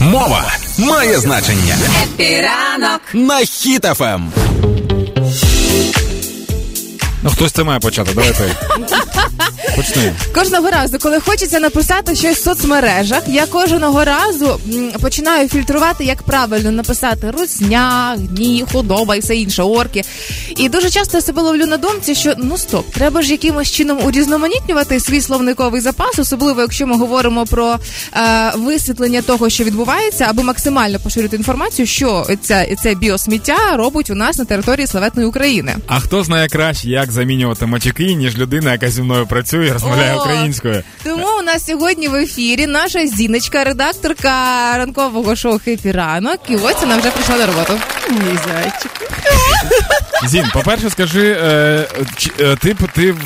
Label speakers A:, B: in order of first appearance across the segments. A: Мова має значення
B: Піранок.
A: на Ем. хітафем.
C: Ну, хтось це має почати, давайте. Почни.
D: Кожного разу, коли хочеться написати щось в соцмережах, я кожного разу м, починаю фільтрувати, як правильно написати русня, гні, худоба і все інше, орки. І дуже часто я себе ловлю на думці, що ну стоп, треба ж якимось чином урізноманітнювати свій словниковий запас, особливо якщо ми говоримо про е, висвітлення того, що відбувається, аби максимально поширити інформацію, що ця це біосміття робить у нас на території славетної України.
C: А хто знає краще, як замінювати матюки, ніж людина, яка зі мною працює і розмовляє
D: О.
C: українською?
D: Тому у нас сьогодні в ефірі наша зіночка, редакторка ранкового шоу «Хеппі ранок». І ось вона вже прийшла на роботу.
E: Мій зайчик.
C: Зін, по-перше, скажи, е, чи- е, ти, ти в-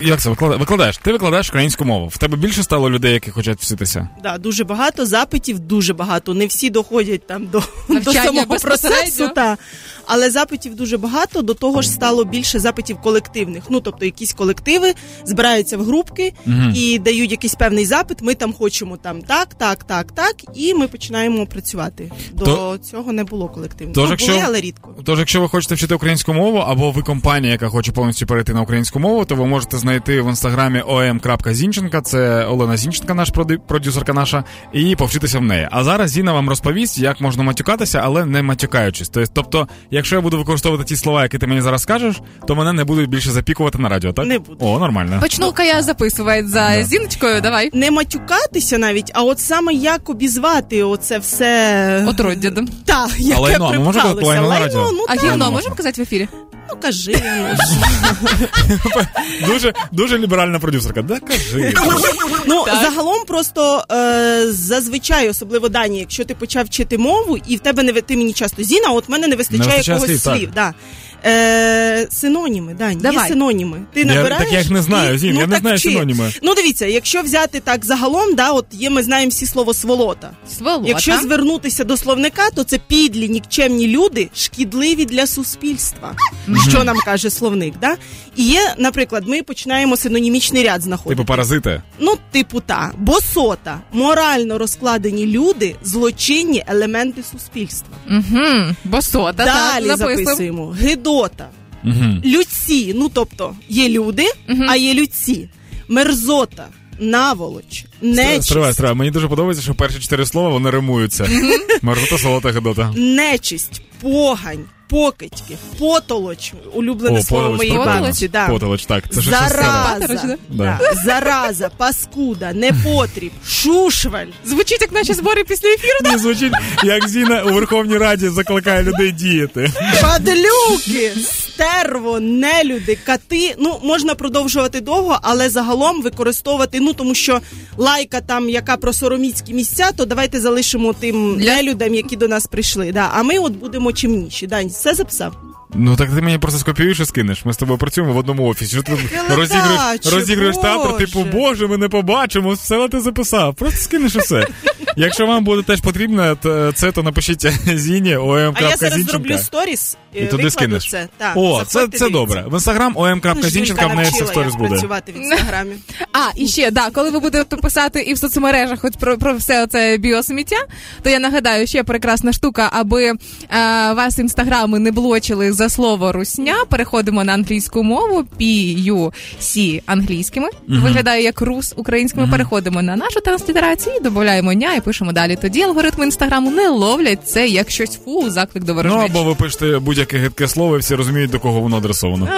C: як це викладаєш? викладаєш? Ти викладаєш українську мову. В тебе більше стало людей, які хочуть вчитися?
E: Да, дуже багато запитів, дуже багато. Не всі доходять там до, до
D: Навчання
E: самого
D: безпосередньо.
E: процесу. Та. Але запитів дуже багато. До того ж стало більше запитів колективних. Ну тобто, якісь колективи збираються в групки і дають якийсь певний запит. Ми там хочемо там так, так, так, так. І ми починаємо працювати. До
C: То-
E: цього не було колективних.
C: Тож,
E: ну,
C: якщо-
E: були, але рідко.
C: Тож, якщо ви хочете вчити українську мову, або ви компанія, яка хоче повністю перейти на українську мову, то ви можете знайти в інстаграмі om.zinchenka, це Олена Зінченка, наш проди- продюсерка наша, і повчитися в неї. А зараз Зіна вам розповість, як можна матюкатися, але не матюкаючись. Тобто- Тобто, якщо я буду використовувати ті слова, які ти мені зараз скажеш, то мене не будуть більше запікувати на радіо, так?
E: Не буду.
C: О, нормально.
D: Почну-ка я записувати за зіночкою, давай.
E: Не матюкатися навіть, а от саме як обізвати оце все
D: Отроддя. да.
E: Та, яке
C: лайно, ну, ми можемо
E: припхалося.
C: лайно на
E: Лайно,
C: радіо?
E: ну
D: А
E: так,
D: гівно
C: можна.
D: можемо казати в ефірі?
E: ну кажи. ну,
C: Дуже, дуже ліберальна продюсерка. Да кажи.
E: Ну загалом просто е, зазвичай, особливо дані, якщо ти почав вчити мову, і в тебе не ви- ти мені часто Зіна, от в мене не вистачає,
C: Не вистачає
E: якогось
C: слів,
E: слів. да. Е, синоніми, Дань,
D: Давай.
E: є синоніми. Ти
C: Я-
E: набираєш.
C: так я їх не знаю,
E: і-
C: Зін,
E: ну,
C: я не
E: так
C: знаю
E: вчи.
C: синоніми.
E: Ну дивіться, якщо взяти так загалом, да, от є, ми знаємо всі слово сволота.
D: Сволота.
E: Якщо звернутися до словника, то це підлі, нікчемні люди, шкідливі для суспільства. Що нам каже словник, да? І є, наприклад, ми починаємо синонімічний ряд знаходити.
C: Типу паразити.
E: Ну, типу, та босота, морально розкладені люди, злочинні елементи суспільства.
D: Угу. Босота, так,
E: Далі
D: записуємо.
E: записуємо гидота,
C: Угу.
E: людці. Ну тобто є люди, а є людці, мерзота, наволоч, нечисть.
C: Стривай, стривай. Мені дуже подобається, що перші чотири слова вони римуються. Мерзота, солота, гедота.
E: нечисть, погань, покидьки, потолоч, улюблене
C: О,
E: слово
C: потолоч,
E: моєї
C: прикольно.
E: бабці, да.
C: Потолоч, так. Це ж щось старе.
D: Потолоч, да?
E: Зараза, да. зараза, паскуда, непотріб, шушваль.
D: Звучить, як наші збори після ефіру.
C: Мені звучить, як Зіна у Верховній Раді закликає людей діяти.
E: Падлюки, стерво, нелюди, кати. Ну можна продовжувати довго, але загалом використовувати. Ну тому що лайка там, яка про сороміцькі місця, то давайте залишимо тим нелюдам, які до нас прийшли. Да, а ми от будемо чимніші. Дань, все записав.
C: Ну так ти мені просто скопіюєш і скинеш. Ми з тобою працюємо в одному офісі. Що ти розігруєш,
E: ледачу,
C: розігруєш театр,
E: Боже.
C: типу, боже, ми не побачимо, все ти записав. Просто скинеш і все. Якщо вам буде теж потрібно, то це то напишіть Зіні
E: А я зараз зроблю
C: om.zinchenka.
E: сторіс е,
C: І туди скинеш.
E: Це. Так,
C: О,
E: заходьте,
C: це, це
E: дивіться.
C: добре. В інстаграм
E: Ну,
C: om.zinchenka,
E: Жінка
C: в неї все в
E: навчила
C: сторіс
E: як
C: буде.
E: працювати в інстаграмі.
D: А, і ще да, коли ви будете писати і в соцмережах от про, про все це біосміття, то я нагадаю, ще прекрасна штука, аби е, вас інстаграми не блочили за слово русня. Переходимо на англійську мову P-U-C англійськими. Виглядає як рус українськими. Переходимо на нашу транслітерацію, додаємо ня і пишемо далі. Тоді алгоритми інстаграму не ловлять це як щось фу, заклик до
C: Ну
D: ворожнечі.
C: або ви пишете будь-яке гидке слово, і всі розуміють, до кого воно адресовано.